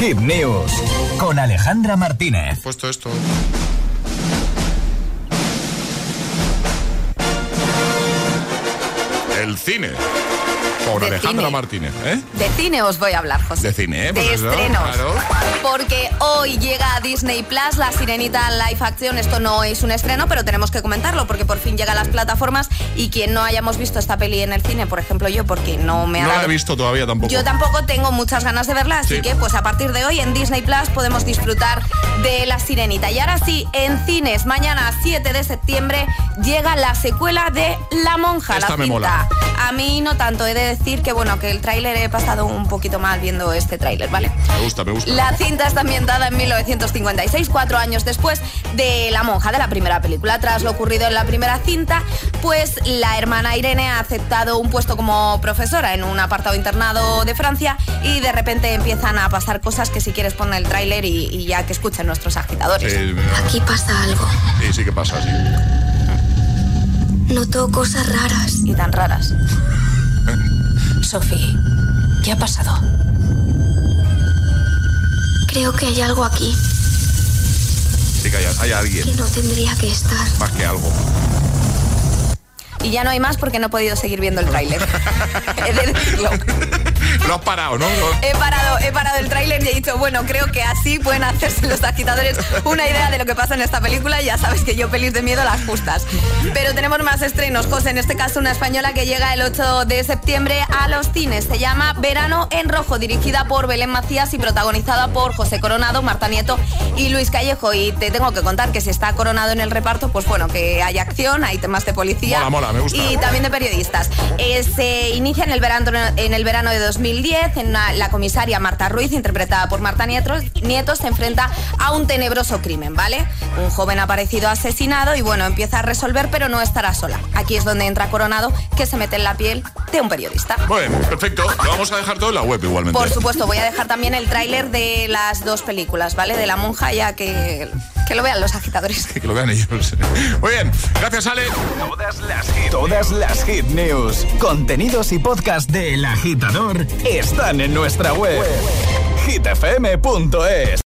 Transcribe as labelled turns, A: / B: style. A: Hit News con Alejandra Martínez.
B: Puesto esto. El cine. Por
C: De
B: Alejandra
C: cine.
B: Martínez, ¿eh?
C: De cine os voy a hablar, José.
B: De cine, ¿eh?
C: De
B: Pues eso,
C: estrenos.
B: claro.
C: Porque hoy llega a Disney Plus la Sirenita Live Action. Esto no es un estreno, pero tenemos que comentarlo porque por fin llega a las plataformas y quien no hayamos visto esta peli en el cine, por ejemplo yo, porque no me ha
B: No la
C: dado...
B: he visto todavía tampoco.
C: Yo tampoco tengo muchas ganas de verla, así
B: Sí.
C: que pues a partir de hoy en Disney Plus podemos disfrutar de La Sirenita. Y ahora sí, en cines, mañana 7 de septiembre llega la secuela de La Monja,
B: Esta
C: la
B: me
C: cinta.
B: mola.
C: A mí no tanto, he de decir que bueno, que el tráiler he pasado un poquito mal viendo este tráiler, ¿vale?
B: Me gusta, me gusta.
C: La cinta está ambientada en 1956, cuatro años después de La Monja, de la primera película. Tras lo ocurrido en la primera cinta, pues la hermana Irene ha aceptado un puesto como profesora en un apartado internado de Francia y de repente empiezan a pasar cosas que si quieres poner el tráiler y, y ya que escuchen nuestros agitadores.
B: Sí,
D: Aquí pasa algo.
B: sí, sí que pasa, sí.
D: Noto cosas raras.
C: Y tan raras.
E: Sophie, ¿qué ha pasado?
D: Creo que hay algo aquí
B: Sí que hay, hay
D: que
B: alguien,
D: no tendría que estar.
B: más que algo.
C: Y ya no hay más porque no he podido seguir viendo el tráiler. He de decirlo.
B: Lo has parado, ¿no?
C: He parado, he parado el tráiler y he dicho, bueno, creo que así pueden hacerse los agitadores una idea de lo que pasa en esta película. Ya sabes que yo pelis de miedo las justas. Pero tenemos más estrenos, José. En este caso, una española que llega el 8 de septiembre a los cines. Se llama Verano en Rojo, dirigida por Belén Macías y protagonizada por José Coronado, Marta Nieto y Luis Callejo. Y te tengo que contar que si está coronado en el reparto, pues bueno, que hay acción, hay temas de policía.
B: Mola, mola, me gusta.
C: Y también de periodistas. Eh, se inicia en el verano, en el verano de 2010, en una- la comisaria Marta Ruiz, interpretada por Marta Nieto, Nieto, se enfrenta a un tenebroso crimen, ¿vale? Un joven ha aparecido asesinado y bueno, empieza a resolver, pero no estará sola. Aquí es donde entra Coronado, que se mete en la piel de un periodista.
B: Muy bien, perfecto. Lo vamos a dejar todo en la web igualmente.
C: Por supuesto, voy a dejar también el tráiler de las dos películas, ¿vale? De La Monja, ya que, que lo vean los agitadores.
B: Que lo vean ellos. Muy bien, gracias, Ale.
A: Todas las hit, todas las hit news, contenidos y podcast del agitador están en nuestra web. hitfm.es